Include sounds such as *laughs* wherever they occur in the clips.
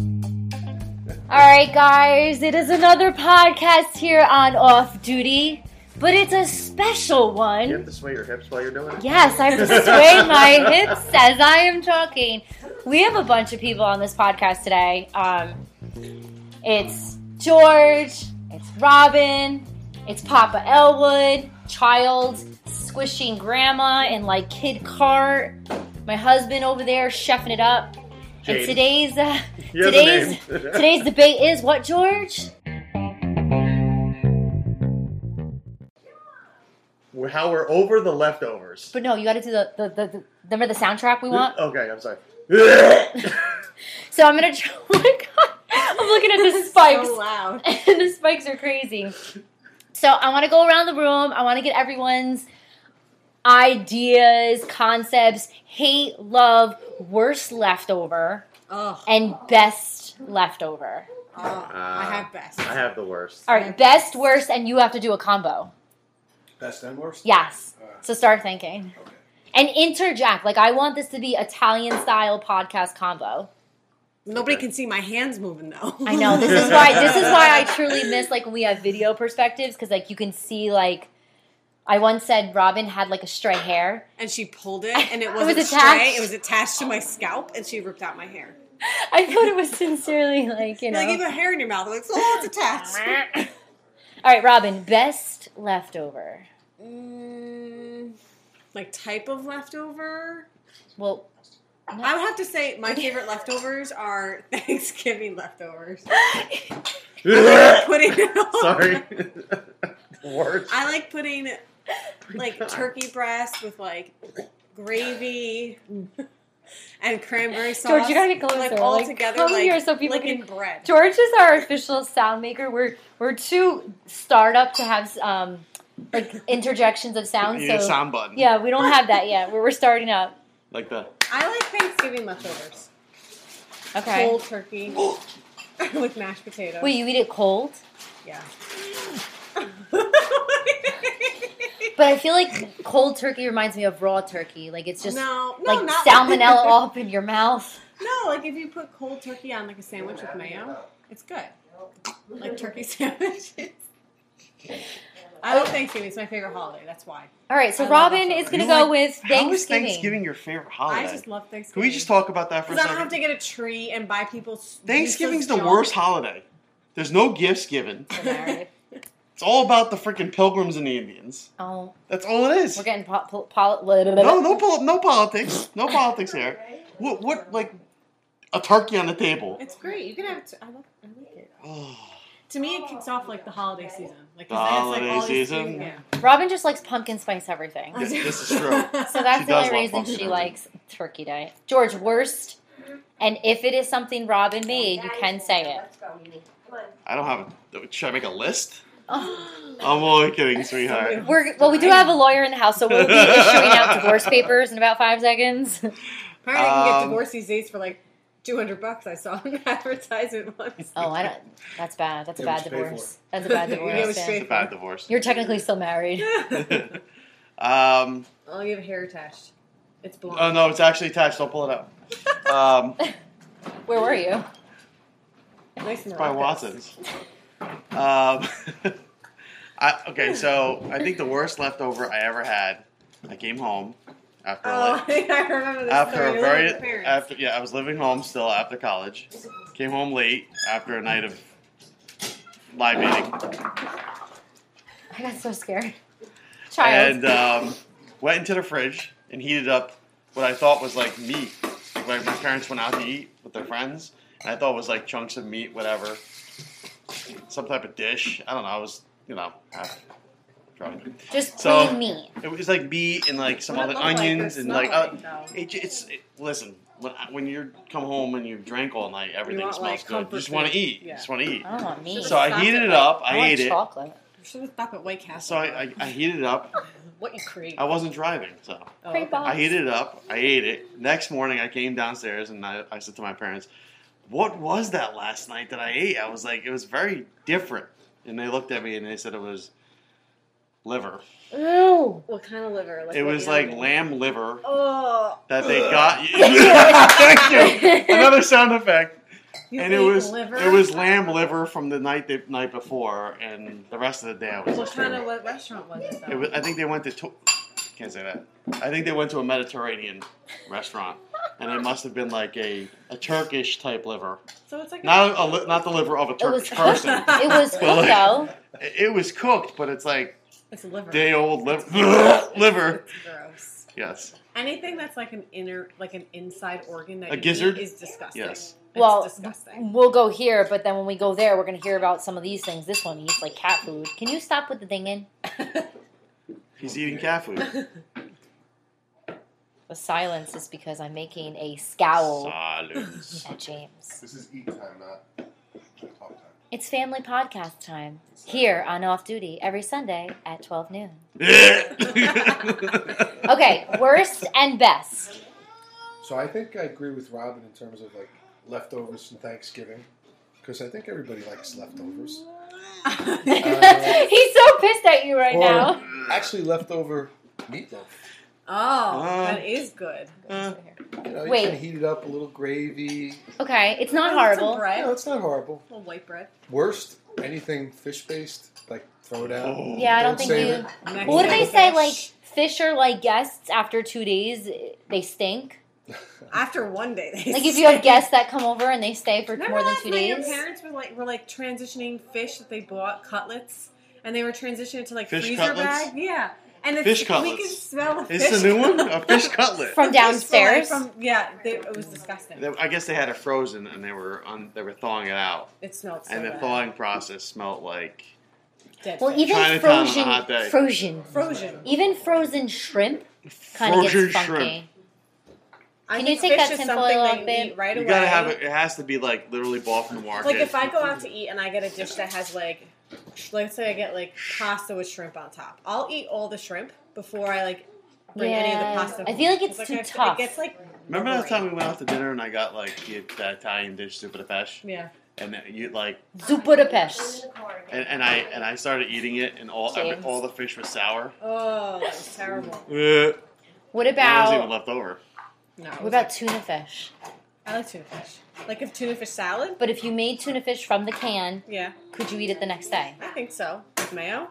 All right, guys, it is another podcast here on Off Duty, but it's a special You one. have to sway your hips while you're doing it. Yes, I'm *laughs* swaying my hips as I am talking. We have a bunch of people on this podcast today. Um, it's George, it's Robin, it's Papa Elwood, child squishing grandma and like kid cart. My husband over there chefing it up. And Jade. today's uh, You have a today's name. *laughs* today's debate is what George? We're- How we're over the leftovers. But no, you got to do the, the, the, the remember the soundtrack we want. Okay, I'm sorry. *laughs* So I'm gonna. Try, *laughs* oh my god! I'm looking at the spikes. *laughs* So loud. the spikes are crazy. So I want to go around the room. I want to get everyone's ideas, concepts, hate, love, worst leftover, Oh, and best leftover. I have best. Uh, I have the worst. *laughs* All right, best, worst, and you have to do a combo. Best and worst? Yes. Uh, So start thinking. okay. And interject. Like I want this to be Italian style podcast combo. Nobody can see my hands moving though. I know this *laughs* is why this is why I truly miss like when we have video perspectives because like you can see like I once said Robin had like a stray hair. and she pulled it, and it was wasn't attached. straight. It was attached to my scalp, and she ripped out my hair. I thought it was sincerely like you You're like you know. have a hair in your mouth. I'm like, oh, it's attached. All right, Robin, best leftover. mm, like type of leftover. Well, I would have to say my favorite leftovers are *laughs* *laughs* Thanksgiving leftovers. Putting it all- sorry. *laughs* worst. I *laughs* like putting like turkey breast with like *laughs* gravy and cranberry sauce. George, you gotta get closer. Like all Like, together, come like, here so people like in can- bread. George is our official sound maker. We're we're too startup to have um like interjections of sound. You so need a sound button. yeah, we don't have that yet. We're, we're starting up. Like that. I like Thanksgiving leftovers. Okay. *gasps* Cold turkey with mashed potatoes. Wait, you eat it cold? Yeah. *laughs* But I feel like cold turkey reminds me of raw turkey. Like it's *laughs* just no, no, like not salmonella *laughs* all up in your mouth. No, like if you put cold turkey on like a sandwich with mayo, it's good. Like turkey *laughs* sandwiches. I love Thanksgiving. It's my favorite holiday. That's why. All right, so I love Robin that is going to You go like- with Thanksgiving. How is Thanksgiving your favorite holiday? I just love Can Thanksgiving. we just talk about that for a Because I second? don't have to get a tree and buy people's. Thanksgiving's the useless worst junk. holiday. There's no gifts given. *laughs* Alright. It's all about the freaking pilgrims and the Indians. Oh, That's all it is. we're getting po- po- pol- blah, blah, blah, No, blah. no, pol- no politics. No politics here. What, what, like, a turkey on the table? *sighs* It's great. You can have. T- I love. I like it. Oh, To me, it kicks off like the holiday season. Like 'cause The then it's, like, holiday all these season? things- yeah. Robin just likes pumpkin spice everything. Yeah, this *laughs* is true. So that's *laughs* She the only does love reason pumpkin she spice. likes turkey day. George, worst. And if it is something Robin made, you can say it. I don't have a. Should I make a list? I'm only kidding, sweetheart. *gasps* We're, well, we do have a lawyer in the house, so we'll *laughs* be issuing out divorce papers in about five seconds. *laughs* Apparently, you can get Um, divorced these days for like two hundred bucks. I saw an *laughs* *laughs* advertisement once. Oh, I don't. That's bad. That's a Yeah, bad we should pay for divorce. That's a bad Yeah, we divorce. should yeah. It's a bad divorce. You're *laughs* technically still *laughs* married. *laughs* um, Oh, you have hair attached. It's blonde. oh, no, it's actually attached. Don't pull it out. Um, Where were you? Nice It's by *laughs* Watson's. Um, *laughs* I, okay, so I think the worst leftover I ever had. I came home after a Oh, *laughs* like, I remember this after story. a Look at the very parents. after yeah I was living home still after college. Came home late after a night of live eating I got so scared. Child. and um, went into the fridge and heated up what I thought was like meat. Like my parents went out to eat with their friends, and I thought it was like chunks of meat, whatever, some type of dish. I don't know. I was you know. half drunk. Just So- plain meat. It was like meat and like some What other it look like or onions and smell like. Uh, like, though? it, j- it's it, listen when, I- when you come home and you've drank all night, everything want, like, smells good. comfort You just want food. to eat. Yeah. Oh. You just want to eat. I don't want meat. So I heated it up. I, Oh, want ate it. chocolate. You should have stopped at White Castle. So I, I, I heated it up. what you create? I wasn't driving, so. Oh, Crepe okay. box. I heated it up. I ate it. Next morning, I came downstairs and I, I said to my parents, "What was that last night that I ate?" I was like, "It was very different," and they looked at me and they said it was liver. Ew. What kind of liver? It what was animal? like lamb liver Oh, that they got. Thank you. Another sound effect. you and it ate was liver? it was lamb liver from the night the night before, and the rest of the day I was. What just kind of what restaurant was it? Though? It was, I think they went to. To- Can't say that. I think they went to a Mediterranean restaurant, and it must have been like a, a Turkish type liver, so it's like not a, li- not the liver of a It was Turkish person. *laughs* It *laughs* was cooked though. It it was cooked, but it's like it's liver. day old liver. *laughs* liver. It's gross. Yes. Anything that's like an inner, like an inside organ that A you eat gizzard? is disgusting. Yes. It's Well, disgusting. *laughs* We'll go here, but then when we go there, we're gonna hear about some of these things. This one eats like cat food. Can you stop with the dinging? He's eating cat food. Oh, The silence is because I'm making a scowl *laughs* Silence. *laughs* at James. This is eat time, not talk time. It's family podcast time here on Off Duty every Sunday at 12 noon. Okay, worst and best. *laughs* So I think I agree with Robin in terms of like leftovers from Thanksgiving, because I think everybody likes leftovers. Uh, He's so pissed at you right or now. actually leftover meatloaf. oh, Uh, that is good. Uh, You know, Wait. you can heat it up a little gravy. Okay, it's not Oh, that's some horrible. bread. No, it's not horrible. Little white bread. Worst anything fish based, like throw it out. oh. Yeah, I don't Don't think save you. it. Mexican Well, What do they fish. say? Like fish are like guests after two days, they stink. after one day. They Like if you *laughs* have guests that come over and they stay for Remember more than last two night your days. parents were like were like transitioning fish that they bought cutlets, and they were transitioning to like Fish freezer cutlets? bag. Yeah, and it's, Fish We can cutlets. smell the Is this fish a new one? cutlet. A *laughs* fish cutlet. From downstairs? From, yeah, they, it was disgusting. They- I guess they had it frozen and they were on, they were thawing it out, It smelled so and the bad. thawing process smelled like Dead Well, fish. even Chinatown on a hot frozen, day. frozen, frozen. even frozen shrimp kind of frozen gets funky. shrimp. I Can think you take fish that is tinfoil something off, that you babe? eat right You away. gotta have it. It has to be like literally bought from the market. Like if I go out to eat and I get a dish that has like, sh- let's say I get like pasta with shrimp on top, I'll eat all the shrimp before I like bring any of Yeah. the pasta. I feel home. like it's too I- tough. It gets like. Remember that rubbery. time we went out to dinner and I got like the, the Italian dish soup of the fish, Yeah. and then you like, Zu Budapest. and, and I and I started eating it, and all every, James. all the fish was sour. Oh, that was terrible. Yeah. What That was even about left over. No. it what was- about tuna fish? I like tuna fish. Like if tuna fish salad? But if you made tuna fish from the can, Yeah, could you eat it the next day? I think so. With mayo?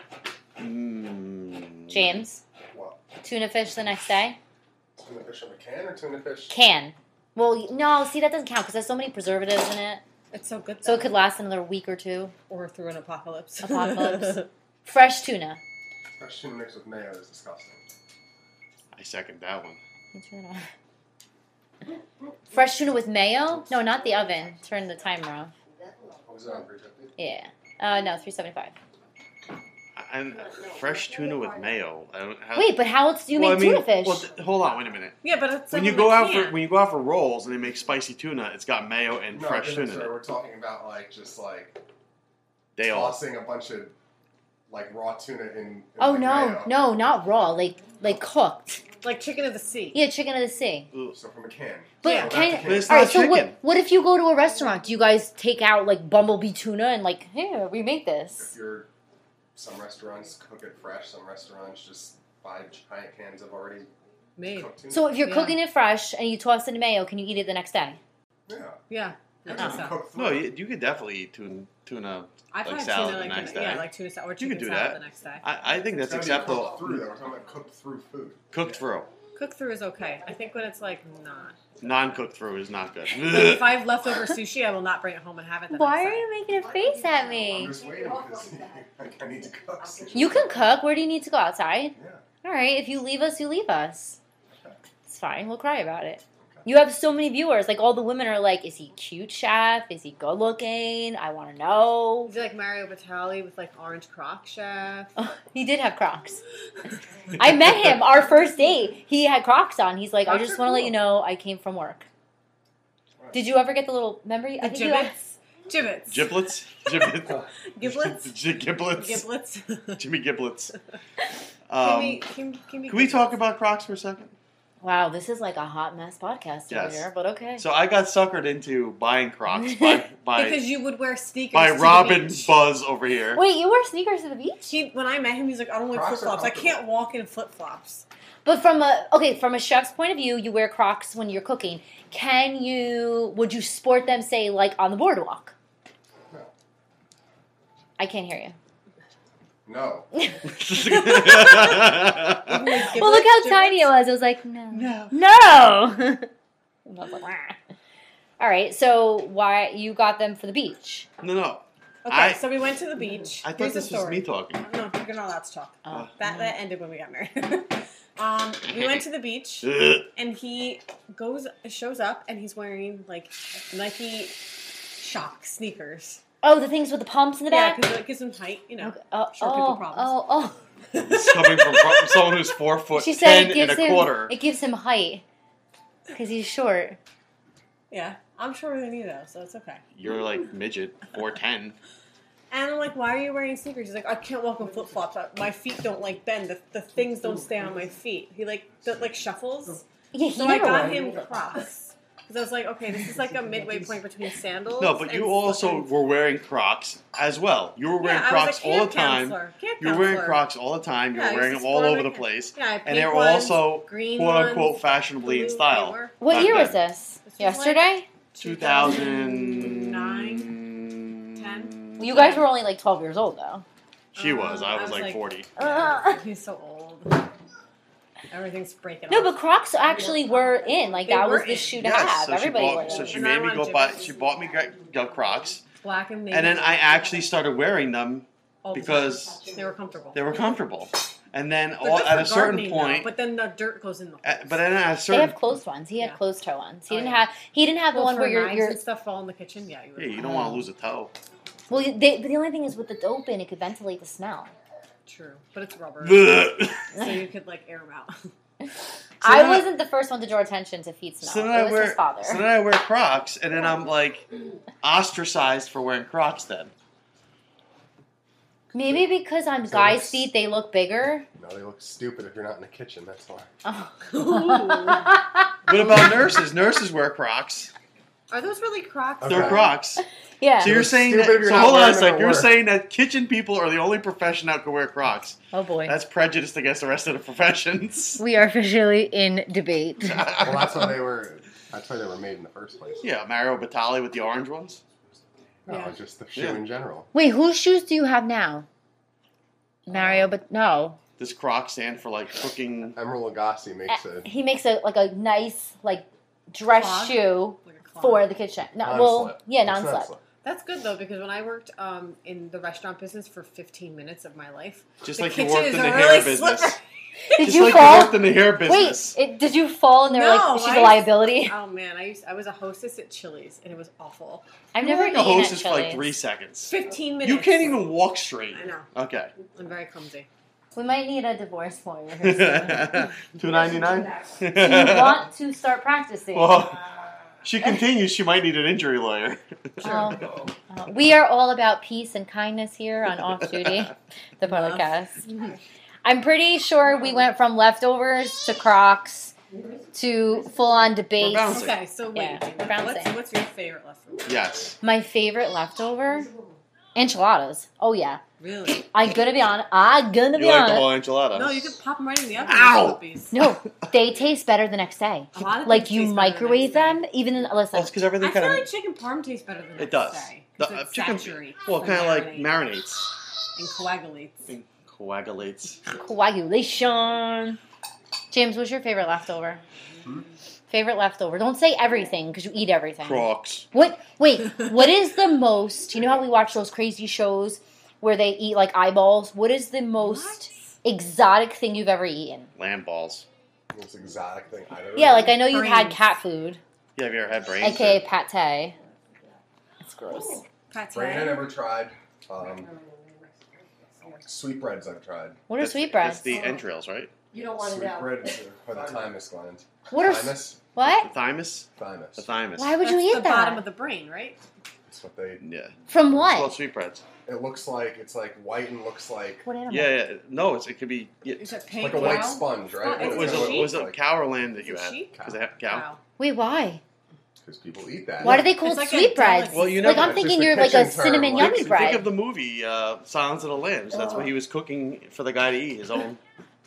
Mm. James, What? tuna fish the next day? *laughs* Tuna fish on a can or tuna fish? Can. Well, no, see, that doesn't count because there's so many preservatives in it. It's so good. So Though. it could last another week or two. or through an apocalypse. Apocalypse. Fresh tuna. Fresh tuna mixed with mayo is disgusting. I second that one. Turn it off. Fresh tuna with mayo? No, not the oven. Turn the timer off. What was that on 350? Yeah. Uh, no, 375. And fresh tuna with mayo. I don't, how, Wait, but how else do you Oh. Well, make I mean, tuna fish? Well, th- hold on, wait a minute. *laughs* yeah, but it's when like you in go the out can. for when you go out for rolls and they make spicy tuna, it's got mayo and fresh tuna. in it. We're talking about like just like They all tossing a bunch of like raw tuna in. in oh, like, no. mayo. No, not raw. Like, like cooked. like chicken of the sea. Yeah, chicken of the sea. So from a can. But Yeah. can, But it's all right. not So what? chicken. What if you go to a restaurant? Do you guys take out like bumblebee tuna and like, here we make If this? you're, some restaurants cook it fresh. Some restaurants just buy giant cans of already Made. cooked tuna. So if you're Yeah. cooking it fresh and you toss it in mayo, can you eat it the next day? yeah, Yeah. I think Just so. cook through no, it. you, you could definitely eat tuna. tuna. I've Like had salad tuna the like next yeah, day. like tuna salad or You chicken could do salad that. the next day. I, I think that's It's gotta be acceptable. cooked Through though, we're talking about cooked through food. Cooked through, Cook through is okay. I think when it's like not. non-cooked through is not good. Like *laughs* if I have leftover sushi, I will not bring it home and have it. The Why are next day. you making a face at I'm me? just waiting because *laughs* like, I need to cook. You can cook. Where do you need to go outside? Yeah. All right. If you leave us, you leave us. It's fine. We'll cry about it. Okay. You have so many viewers. Like all the women are like, "Is he cute, chef? Is he good looking? I want to know." *laughs* Is it like Mario Batali with like orange croc chef? He did have Crocs. I met him our first date. He had Crocs on. He's like, I Crocs just are want to let cool. you know I came from work. Did you ever get the little memory? The you had- gibbets. Gibbets. *laughs* Giblets, giblets, Giblets. *laughs* Gi- giblets, Giblets. *laughs* Jimmy giblets. Can Um, we- can- can we can we give talk it- about Crocs for a second? Wow, this is like a hot mess podcast over Yes. here, but okay. So I got suckered into buying Crocs by *laughs* by, because you would wear sneakers. by to the Robin beach. Buzz over here. *laughs* Wait, you wear sneakers to the beach? He, when I met him, he's like, I don't wear flip Crocs are flops. I comfortable. can't walk in *laughs* flip flops. But from a okay, from a chef's point of view, you wear Crocs when you're cooking. Can you would you sport them say like on the boardwalk? No. I can't hear you. No. well, look how tiny it was. It was like no. *laughs* no. No. And I was like, "Wah." All right. So why you got them for the beach? *laughs* No, no. Okay, I- so we went to the beach. I thought Here's the this was story. me talking. *laughs* No, you're not allowed to talk. Oh. That, that ended when we got married. *laughs* um, we went to the beach, Ugh. and he goes shows up, and he's wearing like Nike shock sneakers. Oh, the things with the pumps in the Yeah, back. because it gives him height, you know. Okay. Oh, Short people oh, problems. oh, oh. This is coming from from someone who's four foot She said ten it and gives a him quarter. it gives him height because he's short. *laughs* Yeah, I'm sure we need those, so it's okay. You're like midget, four ten. And I'm like, why are you wearing sneakers? He's like, I can't walk in flip flops. My feet don't like bend. The, the things don't stay on my feet. He like the, like shuffles. Yeah, he So I never got wore- him Crocs because I was like, okay, this is like a midway point between sandals. No, but you and also fucking- were wearing Crocs as well. You were wearing Yeah, I was Crocs a all the camp time. counselor, camp You were wearing counselor. Crocs all the time. You Yeah, I were wearing used them to all sport over them the in- place. Yeah, I had and pink they were ones, also green quote unquote ones, fashionably blue, in they style. were. What Back year was then. this? was like- Yesterday. 2009. 10? You guys were only like twelve years old *laughs* though. She was. I Uh, was, like, 40. Uh. *laughs* He's so old. Everything's breaking. No, off. but Crocs actually were in. Like They that were was the in. shoe to Yes, have. so she Everybody wore bought, so those. she And I made me wanted go to- buy. She bought me gra- gra- Crocs, black and navy. and then I actually started wearing them all the because time. they were comfortable. they were comfortable. And then They're all, good at for a certain gardening, though, point, but then the dirt goes in the. at- but then at a They certain have closed ones. He had Yeah. closed toe ones. He Oh, didn't yeah. have. He didn't have the Well, one for where you're. knives you're and stuff fall in the kitchen. Yeah, you. Would yeah, you don't want to lose a toe. *laughs* *laughs* well, they, but the only thing is with it open, it could ventilate the smell. True, but it's rubber, so so you could like air them out. *laughs* I then I- wasn't the first one to draw attention to feet smell. then it I was his wear father. so then I wear Crocs, and then I'm like ostracized for wearing Crocs. Then Maybe because on So guys' it's- feet they look bigger. No, they look stupid if you're not in the kitchen. That's *laughs* why. *laughs* Oh. what *laughs* about nurses? Nurses wear Crocs. Are those really Crocs? They're Okay. Crocs. *laughs* yeah. So you're saying Stupid that, if you're so not hold on wearing a them sec. at You're work. saying that kitchen people are the only profession that can wear Crocs. oh boy. That's prejudiced against the rest of the *laughs* professions. we are officially in debate. Well, that's *laughs* why they were. That's why they were made in the first place. yeah, Mario Batali with the orange ones. No, Yeah. it's just the shoe Yeah. in general. Wait, whose shoes do you have now? Mario, but no. Does Crocs stand for like cooking? Emeril Lagasse makes Uh, a he makes a like a nice like dress Clog? shoe Like a clog. for the kitchen. No, well, non-slip. yeah, It's non-slip. non-slip. That's good though because when I worked um, in the restaurant business for 15 minutes of *laughs* my life, Just the like you kitchen worked is in a the really hair business. slippery- Did Just you like you fall? worked in the hair Wait, business. it, did you fall? And they're No, like, she's I- a liability. Oh man, I used I was a hostess at Chili's and it was awful. I've you never were eaten the at hostess Chili's. for like three seconds. 15 minutes. You can't even walk straight. I know. Okay. *laughs* I'm very clumsy. We might need a divorce form. *laughs* Two Do *laughs* ninety nine. you *laughs* want to start practicing? Well, she continues. She might need an injury lawyer. Um, Oh. uh, we are all about peace and kindness here on Off *laughs* Duty, the podcast. I'm pretty sure we went from leftovers to Crocs to full on debate. We're bouncing. Okay, so wait. Yeah, Gina, bouncing. what's, what's your favorite leftover? yes. My favorite leftover enchiladas. Oh yeah, *laughs* Really? I'm gonna be on. I'm gonna You be like the on. whole enchilada. No, you could pop them right in the oven. Ow! Flippies. No, they taste better the next day. A lot of Like things you taste better the microwave next day. them, even in, listen. Well, it's because everything I kind feel of like chicken parm tastes better than it does. The, uh, chicken- well, kind of like marinates and coagulates. and coagulates. coagulation. James, what's your favorite leftover? Favorite leftover. Don't say everything because you eat everything. Hmm? Crocs. What? *laughs* Wait. What is the most? You know how we watch those crazy shows where they eat like eyeballs. What is the most exotic thing you've ever eaten? Lamb balls. Most exotic thing I've ever. Yeah, like I know you've had Brains. cat food, Yeah, have you ever had brains? aka pate. It's gross. Pate. Brandon never tried. Um, sweetbreads I've tried. What are That's- sweetbreads? It's the entrails, right? You don't want it out. Sweetbreads are the thymus gland. What are s- Thymus. The what? thymus. Thymus. The thymus. Why would you That's eat the that? bottom of the brain, right? That's what they. Yeah. From Well, what? sweetbreads. It looks like it's like white and looks like What animal? Yeah, yeah. No, it's, it could be. Yeah. Is it pink like a white cow? sponge, Well, right? it's What was a it? sheep? Was it cow or lamb that It's you a had? sheep? Because I have cow. Wow. Wait, why? Because people eat that. Why do they call It's it like a sweetbreads? delicacy. Well, you like know, I'm it's just thinking the you're like a kitchen term, cinnamon like- yummy Think bread. Think of the movie uh, Silence of the Lambs. That's what he was cooking for the guy to eat his own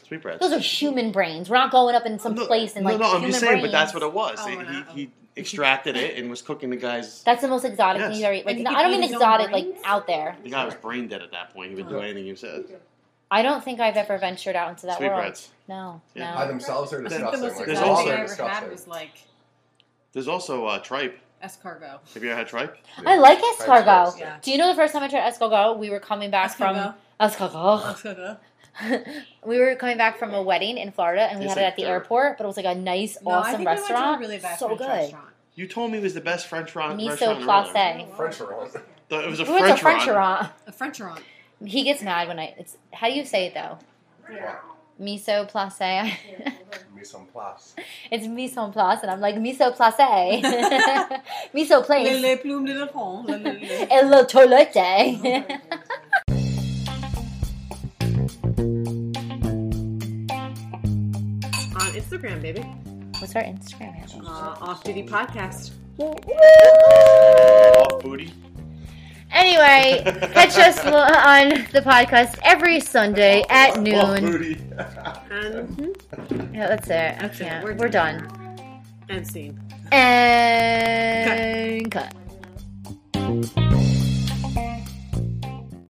sweetbreads. Those are human brains. We're not going up in some place and like no, no, I'm human just saying, brains. but that's what it was. Oh, He- we're not- he, he extracted it and was cooking the guy's. That's the most exotic Yes. thing you ever eat. Like, And no, he I don't could eat mean his own exotic, like brains? out there. The guy was brain dead at that point. He would do anything you said. I don't think I've ever ventured out into that world. Sweetbreads. No, Yeah. no. By themselves, they're I think the disgusting. most Like, There's exotic all all thing I they're ever disgusting. had was like There's also uh, tripe. escargot. Have you ever had tripe? I like Fried escargot. toast. Yeah. Do you know the first time I tried escargot? We were coming back Escargot. from escargot. *laughs* Escargot. *laughs* we were coming back from a wedding in Florida, and we It's had it like at the dirt. airport. But it was like a nice, No, I awesome think restaurant. I went to a really bad so French good. restaurant. You told me it was the best French ron- restaurant. Miso in Ireland. place. French roll. The- It was a We went to French, French ron. restaurant. A Frencherant. He gets mad when I. It's how do you say it though? Miso place. Mise en place. *laughs* It's mise en place, and I'm like miso place, *laughs* miso Les, place, les plumes de la France. Le- le- *laughs* le- et le Oh toilette. On Instagram, baby. *laughs* What's our Instagram handle? Uh, off Duty Podcast. Off booty. Anyway, catch us on the podcast every Oh, Sunday at Off noon. booty. And, Yeah, that's it. I That's it. can't. We're We're done. and scene. And cut.